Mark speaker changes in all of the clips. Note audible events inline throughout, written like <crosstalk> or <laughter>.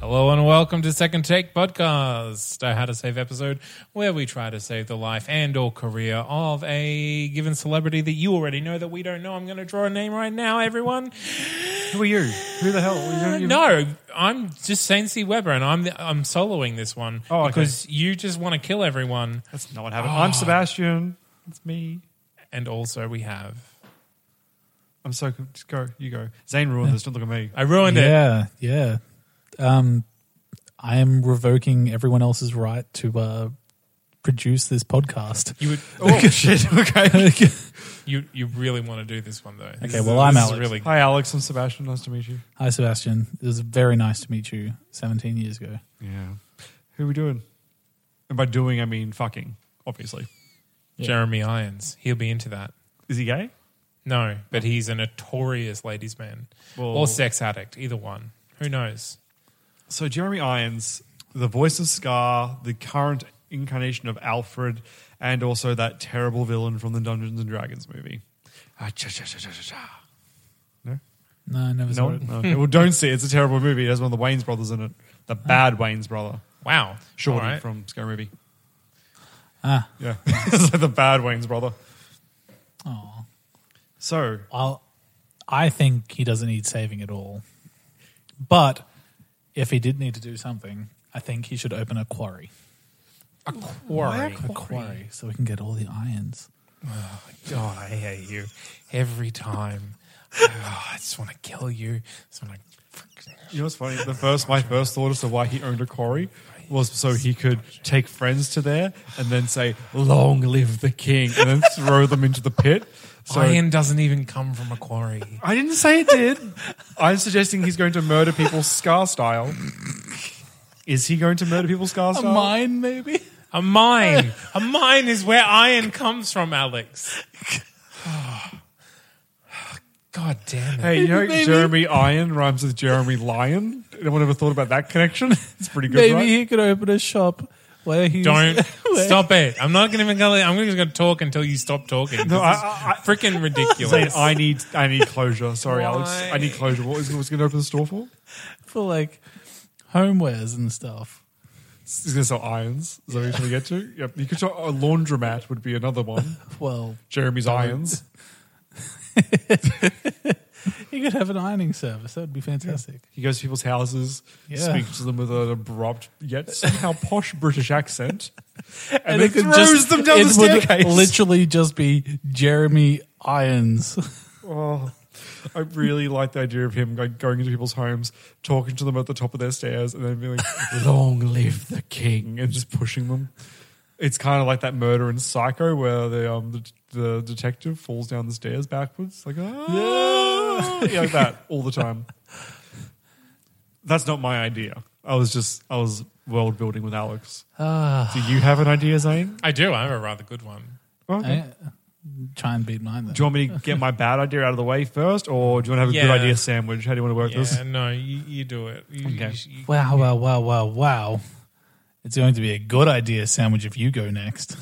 Speaker 1: Hello and welcome to Second Take Podcast, a How to Save episode where we try to save the life and or career of a given celebrity that you already know that we don't know. I'm going to draw a name right now, everyone.
Speaker 2: Who are you? Who the hell? You don't even-
Speaker 1: No, I'm just Sancy Weber and I'm I'm soloing this one
Speaker 2: Oh, okay.
Speaker 1: because you just want to kill everyone.
Speaker 2: That's not what happened. I'm Sebastian. That's me.
Speaker 1: And also we have
Speaker 2: I'm so. Just go. You go. Zane ruined this. Don't look at me.
Speaker 1: I ruined it.
Speaker 3: Yeah, yeah. Um, I am revoking everyone else's right to uh, produce this podcast.
Speaker 1: You
Speaker 3: <laughs>
Speaker 1: would,
Speaker 2: <laughs>
Speaker 1: oh,
Speaker 2: Oh, <laughs> shit. Okay.
Speaker 1: you you really want to do this one though. This
Speaker 3: Okay,
Speaker 1: is-
Speaker 3: well, I'm
Speaker 1: this is
Speaker 3: Alex.
Speaker 1: Really,
Speaker 2: Hi, Alex. I'm Sebastian. Nice to meet you.
Speaker 3: Hi, Sebastian. It was very nice to meet you 17 years ago.
Speaker 2: Yeah. Who are we doing? And by doing, I mean fucking, obviously.
Speaker 1: Jeremy Irons. He'll be into that.
Speaker 2: Is he gay?
Speaker 1: No, but he's a notorious ladies' man
Speaker 2: Well-
Speaker 1: or sex addict, either one. Who knows?
Speaker 2: So, Jeremy Irons, the voice of Scar, the current incarnation of Alfred, and also that terrible villain from the Dungeons and Dragons movie. Ah, cha, cha, cha, cha, cha, cha. No?
Speaker 3: No, I never saw
Speaker 2: No,
Speaker 3: it.
Speaker 2: no. well, don't see it. It's a terrible movie. It has one of the Wayne's brothers in it. The bad Wayne's brother.
Speaker 1: Wow,
Speaker 2: Shorty
Speaker 1: All right.
Speaker 2: from Scary Movie.
Speaker 3: Ah.
Speaker 2: Yeah. <laughs> it's like the bad Wayne's brother.
Speaker 3: Oh,
Speaker 2: So,
Speaker 3: I'll, I think he doesn't need saving at all. But if he did need to do something, I think he should open a quarry.
Speaker 1: a quarry.
Speaker 3: A
Speaker 1: <laughs>
Speaker 3: quarry, so we can get all the irons.
Speaker 1: God, Oh, I hate you every time. Oh, I just want to kill you. So I'm like,
Speaker 2: you know what's funny? The first, my first thought as to why he owned a quarry was so he could take friends to there and then say, long live the king, and then throw them into the pit. So,
Speaker 1: iron doesn't even come from a quarry.
Speaker 2: I didn't say it did. I'm suggesting he's going to murder people Scar style. Is he going to murder people Scar
Speaker 3: Oh
Speaker 2: style?
Speaker 3: Mine, maybe?
Speaker 1: A mine. a mine is where iron comes from, Alex. <sighs> God damn it.
Speaker 2: Hey, you know Jeremy Iron rhymes with Jeremy Lion? Anyone ever thought about that connection? <laughs> It's pretty good,
Speaker 3: Maybe
Speaker 2: right?
Speaker 3: he could open a shop <laughs> where he's.
Speaker 1: Don't
Speaker 3: where-
Speaker 1: stop it. I'm not going to even going to. I'm just going to talk until you stop talking.
Speaker 2: No, I,
Speaker 1: This is
Speaker 2: I,
Speaker 1: freaking
Speaker 2: I, Zane,
Speaker 3: <laughs>
Speaker 1: ridiculous.
Speaker 2: I need I need closure. Sorry, Alex.
Speaker 1: Why?
Speaker 2: I need closure. What was, was going to open the store for?
Speaker 3: for like homewares and stuff.
Speaker 2: He's going to sell irons. Is that what you're trying to get to? Yep. You could talk, a laundromat would be another one.
Speaker 3: Well,
Speaker 2: Jeremy's irons.
Speaker 3: you could have an ironing service. That would be fantastic.
Speaker 2: He goes to people's houses,
Speaker 3: Yeah.
Speaker 2: speaks to them with an abrupt yet somehow posh British
Speaker 3: <laughs>
Speaker 2: accent, and,
Speaker 3: it
Speaker 2: then
Speaker 3: could
Speaker 2: throws them down
Speaker 3: it
Speaker 2: the staircase.
Speaker 3: Would literally just be Jeremy Irons.
Speaker 2: Oh, I really like the idea of him like, going into people's homes, talking to them at the top of their stairs, and then being like, <laughs> "Long live the king," and just pushing them. It's kind of like that murder in Psycho where the um the, the detective falls down the stairs backwards, like ah, yeah, like that all the time. That's not my idea. I was just I was world building with Alex.
Speaker 3: Ah.
Speaker 2: Do you have an idea, Zane?
Speaker 1: I do. I have a rather good one.
Speaker 2: Ah.
Speaker 3: Eh? Try and beat mine then.
Speaker 2: Do you want me to get my bad idea out of the way first, or do you want to have a
Speaker 1: Yeah.
Speaker 2: good idea sandwich? How do you want to work
Speaker 1: Yeah,
Speaker 2: this?
Speaker 1: no, you, you do it. You,
Speaker 2: Okay.
Speaker 1: you-
Speaker 3: wow, wow, wow, wow, wow. It's going to be a good idea sandwich if you go next.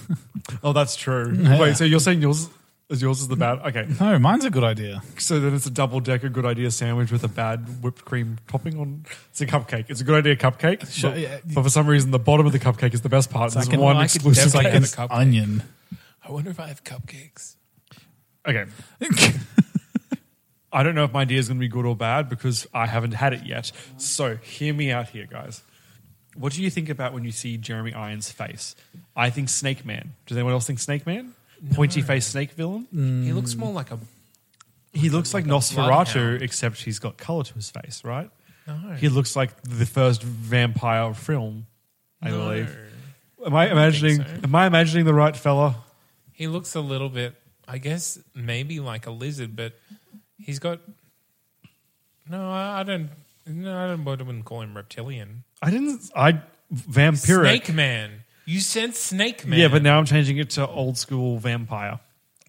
Speaker 2: Oh, that's true. Wait, so you're saying yours is yours is the bad? Okay,
Speaker 3: <laughs> no, mine's a good idea.
Speaker 2: so then it's a double decker good idea sandwich with a bad whipped cream topping on. It's a cupcake. It's a good idea cupcake.
Speaker 3: Sure,
Speaker 2: but,
Speaker 3: yeah.
Speaker 2: but for some reason, the bottom of the cupcake is the best part. There's
Speaker 3: like an-
Speaker 2: one
Speaker 3: I could
Speaker 2: exclusive.
Speaker 3: It's like
Speaker 1: have
Speaker 3: an
Speaker 1: a cupcake.
Speaker 3: onion.
Speaker 1: I wonder if I have cupcakes.
Speaker 2: okay.
Speaker 3: <laughs>
Speaker 2: I don't know if my idea is going to be good or bad because I haven't had it yet. So hear me out here, guys. What do you think about when you see Jeremy Irons' face? I think Snake Man. Does anyone else think Snake Man? Pointy face snake villain?
Speaker 1: He looks more like a
Speaker 2: He looks like
Speaker 1: bloodhound.
Speaker 2: Nosferatu, except he's got color to his face, right?
Speaker 1: No.
Speaker 2: He looks like the first vampire film, I
Speaker 1: No.
Speaker 2: believe. Am I imagining?
Speaker 1: so.
Speaker 2: Am I imagining the right fella?
Speaker 1: He looks a little bit, I guess, maybe like a lizard, but he's got. No, I I don't. No, I, don't, I wouldn't call him reptilian.
Speaker 2: I didn't. I vampiric.
Speaker 1: Snake man. You said snake man.
Speaker 2: Yeah, but now I'm changing it to old school vampire,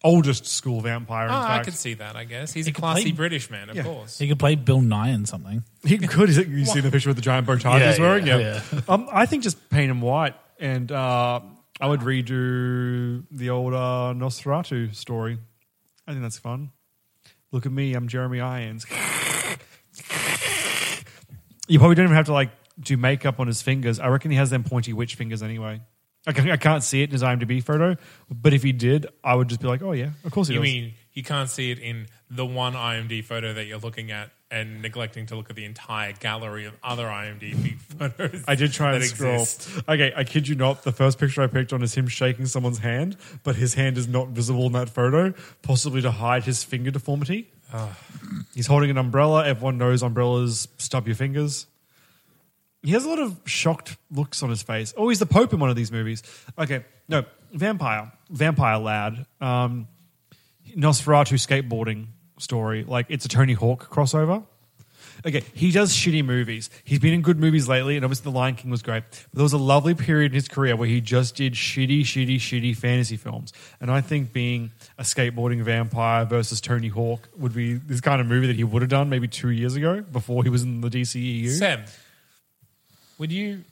Speaker 2: oldest school vampire. In
Speaker 1: Oh, I
Speaker 2: fact,
Speaker 1: could see that. I guess he's
Speaker 3: He
Speaker 1: a
Speaker 3: could
Speaker 1: classy
Speaker 3: play-
Speaker 1: British man, of
Speaker 2: Yeah.
Speaker 1: course.
Speaker 3: He could play Bill Nye in something.
Speaker 2: he could. You seen the picture with the giant bow tie
Speaker 3: Yeah,
Speaker 2: he's wearing?
Speaker 3: yeah, <laughs>
Speaker 2: Yeah. um, I think just paint him white, and uh, I would redo the old uh, Nosferatu story. I think that's fun. Look at me, I'm Jeremy Irons. you probably don't even have to like do makeup on his fingers. I reckon he has them pointy witch fingers anyway. I can- I can't see it in his IMDb photo, but if he did, I would just be like, "Oh yeah, of course he
Speaker 1: You
Speaker 2: does."
Speaker 1: mean you can't see it in the one IMD photo that you're looking at and neglecting to look at the entire gallery of other IMDb <laughs> photos?
Speaker 2: I did try and
Speaker 1: that
Speaker 2: scroll.
Speaker 1: exist?
Speaker 2: Okay, I kid you not. The first picture I picked on is him shaking someone's hand, but his hand is not visible in that photo, possibly to hide his finger deformity. He's holding an umbrella. Everyone knows umbrellas stub your fingers. He has a lot of shocked looks on his face. Oh, he's the Pope in one of these movies. Okay, no, vampire, vampire lad. Um, Nosferatu skateboarding story. Like it's a Tony Hawk crossover. Okay, he does shitty movies. He's been in good movies lately, and obviously The Lion King was great. But there was a lovely period in his career where he just did shitty, shitty, shitty fantasy films. And I think being a skateboarding vampire versus Tony Hawk would be this kind of movie that he would have done maybe two years ago before he was in the E DCEU.
Speaker 1: Sam, would you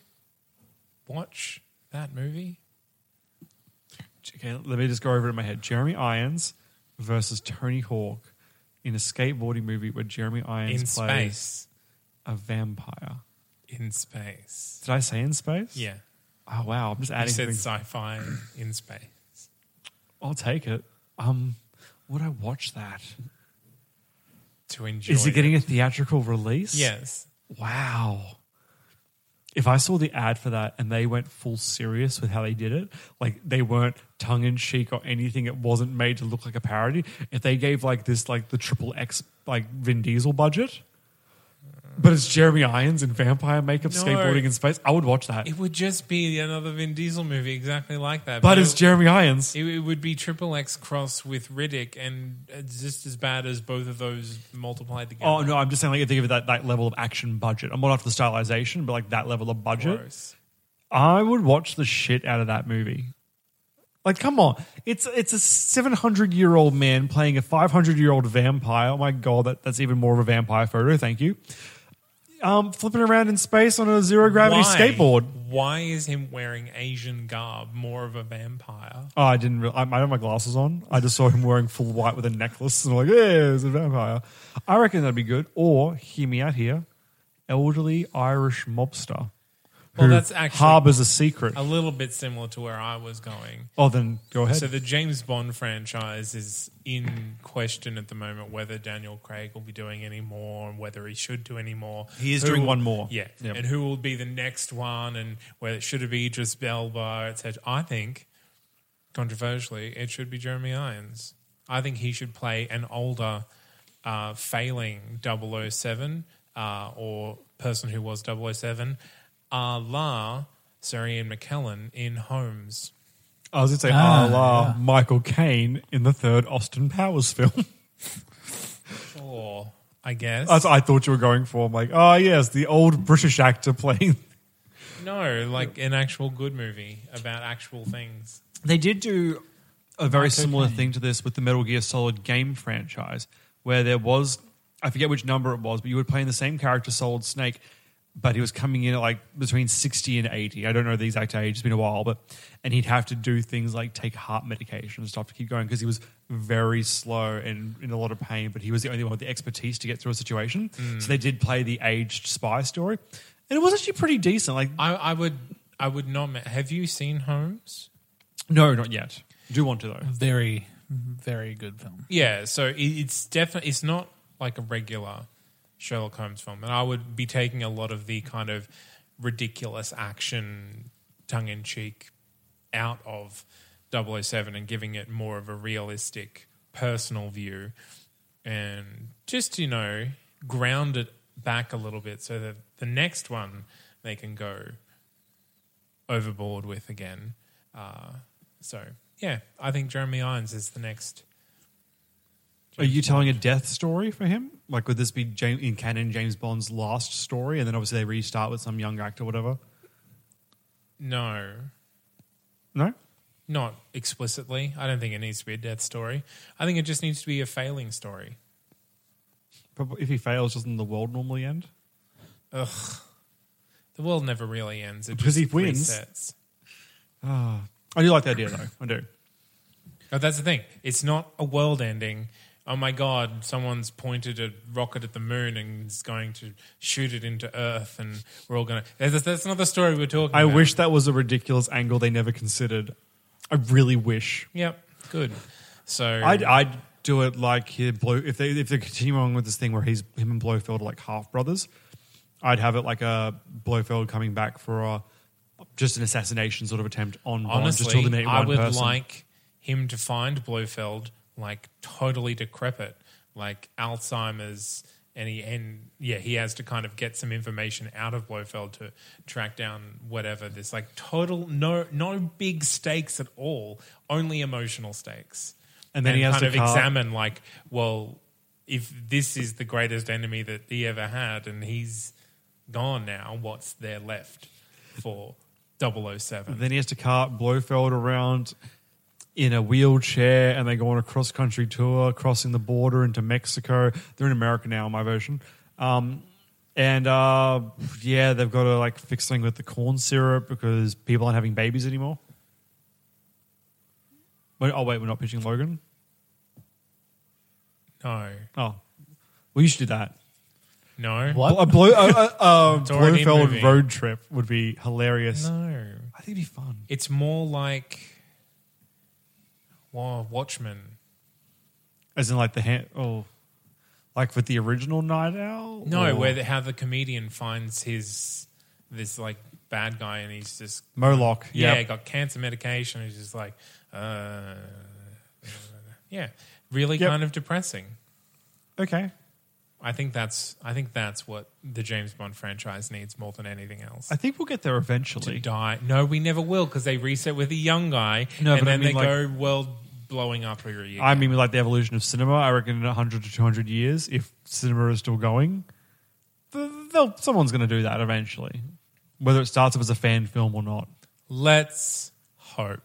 Speaker 1: watch that movie?
Speaker 2: Okay, let me just go over it in my head. Jeremy Irons versus Tony Hawk in a skateboarding movie where Jeremy Irons
Speaker 1: in
Speaker 2: plays
Speaker 1: space.
Speaker 2: a vampire.
Speaker 1: In space.
Speaker 2: Did I say in space?
Speaker 1: Yeah.
Speaker 2: Oh wow, I'm just
Speaker 1: You
Speaker 2: adding
Speaker 1: said
Speaker 2: things.
Speaker 1: sci fi in space.
Speaker 2: I'll take it. Um, would I watch that?
Speaker 1: To enjoy.
Speaker 2: Is it getting a theatrical release?
Speaker 1: Yes.
Speaker 2: Wow. If I saw the ad for that and they went full serious with how they did it, like they weren't tongue in cheek or anything, it wasn't made to look like a parody. If they gave like this, like the triple X, like Vin Diesel budget, but it's Jeremy Irons in vampire makeup
Speaker 1: No.
Speaker 2: skateboarding in space, I would watch that.
Speaker 1: It would just be another Vin Diesel movie exactly like that.
Speaker 2: but it's
Speaker 1: it-
Speaker 2: Jeremy Irons.
Speaker 1: It, it would be Triple X cross with Riddick, and it's just as bad as both of those multiplied together.
Speaker 2: Oh no, I'm just saying like if they give it that, that level of action budget. I'm not after the stylization, but like that level of budget.
Speaker 1: Gross.
Speaker 2: I would watch the shit out of that movie. Like, come on, it's it's a seven hundred year old man playing a five hundred year old vampire. Oh my god, that, that's even more of a vampire photo. Thank you. Um, flipping around in space on a zero gravity
Speaker 1: Why-
Speaker 2: skateboard.
Speaker 1: Why is him wearing Asian garb more of a vampire?
Speaker 2: Oh, I didn't. Re- I, I don't have my glasses on. I just saw him wearing full white with a necklace, and I'm like, yeah, he's a vampire. I reckon that'd be good. Or hear me out here, elderly Irish mobster.
Speaker 1: Well,
Speaker 2: who
Speaker 1: that's actually-
Speaker 2: harbors a secret.
Speaker 1: A little bit similar to where I was going.
Speaker 2: Oh, then go ahead.
Speaker 1: So the James Bond franchise is in question at the moment whether Daniel Craig will be doing any more and whether he should do any more.
Speaker 2: He is
Speaker 1: Who
Speaker 2: doing
Speaker 1: will-
Speaker 2: one more.
Speaker 1: Yeah.
Speaker 2: Yep.
Speaker 1: And who will be the next one and whether it should it be Idris Elba, etc. I think, controversially, it should be Jeremy Irons. I think he should play an older, uh, failing 007 uh, or person who was 007 a la Sir Ian McKellen in Holmes.
Speaker 2: I was going to say,
Speaker 3: Ah,
Speaker 2: a la Michael Caine in the third Austin Powers film. <laughs>
Speaker 1: Sure, I guess.
Speaker 2: That's what I thought you were going for. I'm like, oh, yes, the old British actor playing.
Speaker 1: no, like an actual good movie about actual things.
Speaker 2: They did do a very similar thing to this with the Metal Gear Solid game franchise, where there was, I forget which number it was, but you were playing the same character, Solid Snake, but he was coming in at like between 60 and 80. I don't know the exact age, it's been a while, but, and he'd have to do things like take heart medication and stuff to keep going because he was very slow and in a lot of pain, but he was the only one with the expertise to get through a situation. So they did play the aged spy story. And it was actually pretty decent. Like,
Speaker 1: I, I would, I would not. ma- Have you seen Holmes?
Speaker 2: no, not yet. Do want to though.
Speaker 3: Very, very good film.
Speaker 1: Yeah, so it, it's definitely it's not like a regular Sherlock Holmes film, and I would be taking a lot of the kind of ridiculous action, tongue in cheek, out oh of 007 and giving it more of a realistic personal view. and just you know ground it back a little bit so that the next one they can go overboard with again. Uh, so yeah, I think Jeremy Irons is the next.
Speaker 2: Are you telling a death story for him? Like, would this be James, in canon James Bond's last story, and then obviously they restart with some young actor, whatever?
Speaker 1: No,
Speaker 2: No,
Speaker 1: not explicitly. I don't think it needs to be a death story. I think it just needs to be a failing story.
Speaker 2: Probably, if he fails, doesn't the world normally end?
Speaker 1: Ugh, the world never really ends. It
Speaker 2: Because
Speaker 1: just
Speaker 2: he wins.
Speaker 1: resets.
Speaker 2: I do like the idea though. I do.
Speaker 1: But that's the thing. It's not a world ending. Oh my God, someone's pointed a rocket at the moon and is going to shoot it into Earth, and we're all going to. That's, that's not the story we're talking
Speaker 2: I
Speaker 1: about.
Speaker 2: wish that was a ridiculous angle they never considered. I really wish.
Speaker 1: Yep, good. So.
Speaker 2: I'd, I'd do it like he blow if they if they continue on with this thing where he's him and Blofeld are like half brothers. I'd have it like a Blofeld coming back for a just an assassination sort of attempt on Bond, just to
Speaker 1: honestly,
Speaker 2: eliminate
Speaker 1: I
Speaker 2: one
Speaker 1: would
Speaker 2: person.
Speaker 1: like him to find Blofeld like totally decrepit, like Alzheimer's, and he and yeah, he has to kind of get some information out of Blofeld to track down whatever. There's like total no no big stakes at all, only emotional stakes,
Speaker 2: And then he
Speaker 1: kind
Speaker 2: has to
Speaker 1: of
Speaker 2: car-
Speaker 1: examine like, well, if this is the greatest enemy that he ever had, and he's gone now, what's there left for? 007.
Speaker 2: Then he has to cart Blofeld around in a wheelchair, and they go on a cross country tour, crossing the border into Mexico. They're in America now, my version. Um, and uh, yeah, they've got to like fix something with the corn syrup because people aren't having babies anymore. Wait, oh wait, we're not pitching Logan.
Speaker 1: No,
Speaker 2: Oh, well, you should do that.
Speaker 1: no,
Speaker 3: What?
Speaker 2: A, Blo- a, a, a
Speaker 1: already in
Speaker 2: Blofeld
Speaker 1: movie.
Speaker 2: road trip would be hilarious.
Speaker 1: No,
Speaker 2: I think it'd be fun.
Speaker 1: it's more like wow, Watchmen.
Speaker 2: As in, like the hand, oh, like with the original Night Owl.
Speaker 1: No,
Speaker 2: or
Speaker 1: where the, how the comedian finds his this like bad guy, and he's just
Speaker 2: Moloch.
Speaker 1: yeah,
Speaker 2: Yeah,
Speaker 1: got cancer medication. He's just like, uh, yeah, really
Speaker 2: Yep.
Speaker 1: kind of depressing.
Speaker 2: okay.
Speaker 1: I think that's I think that's what the James Bond franchise needs more than anything else.
Speaker 2: I think we'll get there
Speaker 1: to
Speaker 2: eventually.
Speaker 1: die. No, we never will because they reset with a young guy,
Speaker 2: No,
Speaker 1: and
Speaker 2: but I
Speaker 1: then
Speaker 2: mean,
Speaker 1: they
Speaker 2: like-
Speaker 1: go world blowing up every year.
Speaker 2: I mean, like the evolution of cinema. I reckon in hundred to two hundred years, if cinema is still going, th- they'll, someone's going to do that eventually, whether it starts up as a fan film or not.
Speaker 1: Let's hope.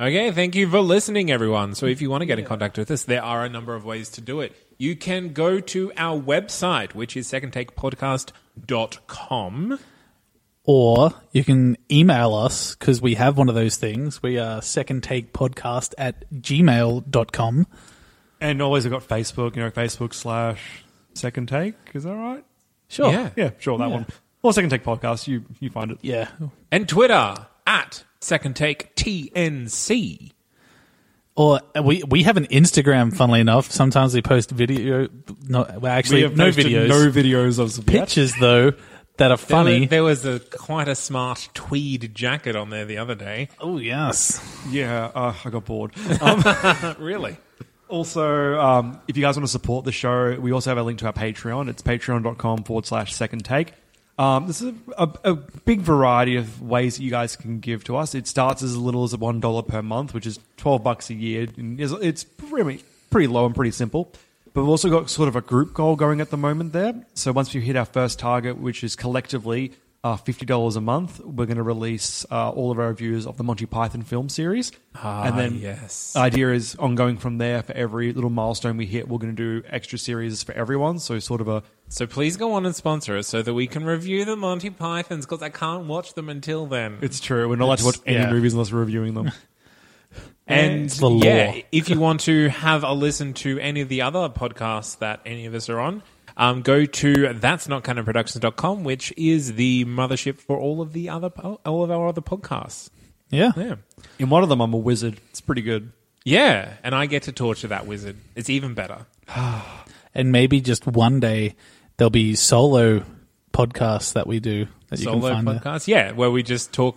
Speaker 1: Okay, thank you for listening, everyone. So, if you want to get in contact with us, there are a number of ways to do it. You can go to our website, which is secondtakepodcast.com.
Speaker 3: Or you can email us because we have one of those things. We are second take podcast at gmail.com.
Speaker 4: And always I've got Facebook, you know, Facebook slash second take. Is that right?
Speaker 3: Sure.
Speaker 1: Yeah.
Speaker 4: Yeah, sure, that
Speaker 3: Yeah.
Speaker 4: one. Or second take podcast. You you find it.
Speaker 3: Yeah.
Speaker 1: And Twitter at secondtaketnc.
Speaker 3: Or uh, we we have an Instagram, funnily enough. Sometimes we post video. No, well, actually,
Speaker 4: we have
Speaker 3: no
Speaker 4: posted
Speaker 3: videos.
Speaker 4: No videos of Soviet.
Speaker 3: Pictures, though, that are funny.
Speaker 1: There was, there was a quite a smart tweed jacket on there the other day.
Speaker 3: oh, yes.
Speaker 4: Yeah, uh, I got bored.
Speaker 1: Really?
Speaker 4: Also, um, if you guys want to support the show, we also have a link to our Patreon. It's patreon.com forward slash second take. Um, this is a, a, a big variety of ways that you guys can give to us. It starts as little as $1 per month, which is 12 bucks a year. And it's, it's pretty, pretty low and pretty simple. But we've also got sort of a group goal going at the moment there. So once we hit our first target, which is collectively uh, $50 a month, we're going to release uh, all of our reviews of the Monty Python film series.
Speaker 1: Ah,
Speaker 4: and then
Speaker 1: yes.
Speaker 4: idea is ongoing from there for every little milestone we hit we're going to do extra series for everyone so sort of a
Speaker 1: So please go on and sponsor us so that we can review the Monty Pythons because I can't watch them until then.
Speaker 4: it's true we're not allowed to watch any
Speaker 3: yeah.
Speaker 4: movies unless we're reviewing
Speaker 2: <laughs>
Speaker 4: them
Speaker 1: And
Speaker 3: It's the law.
Speaker 1: yeah, if you want to have a listen to any of the other podcasts that any of us are on, um, go to that's not canon productions.com, which is the mothership for all of the other po- all of our other podcasts.
Speaker 3: Yeah.
Speaker 1: Yeah.
Speaker 4: in one of them i'm a wizard it's pretty good
Speaker 1: Yeah, and I get to torture that wizard. It's even better.
Speaker 3: And maybe just one day there'll be solo podcasts that we do that you
Speaker 1: Solo
Speaker 3: can find. there.
Speaker 1: podcast. Yeah, where we just talk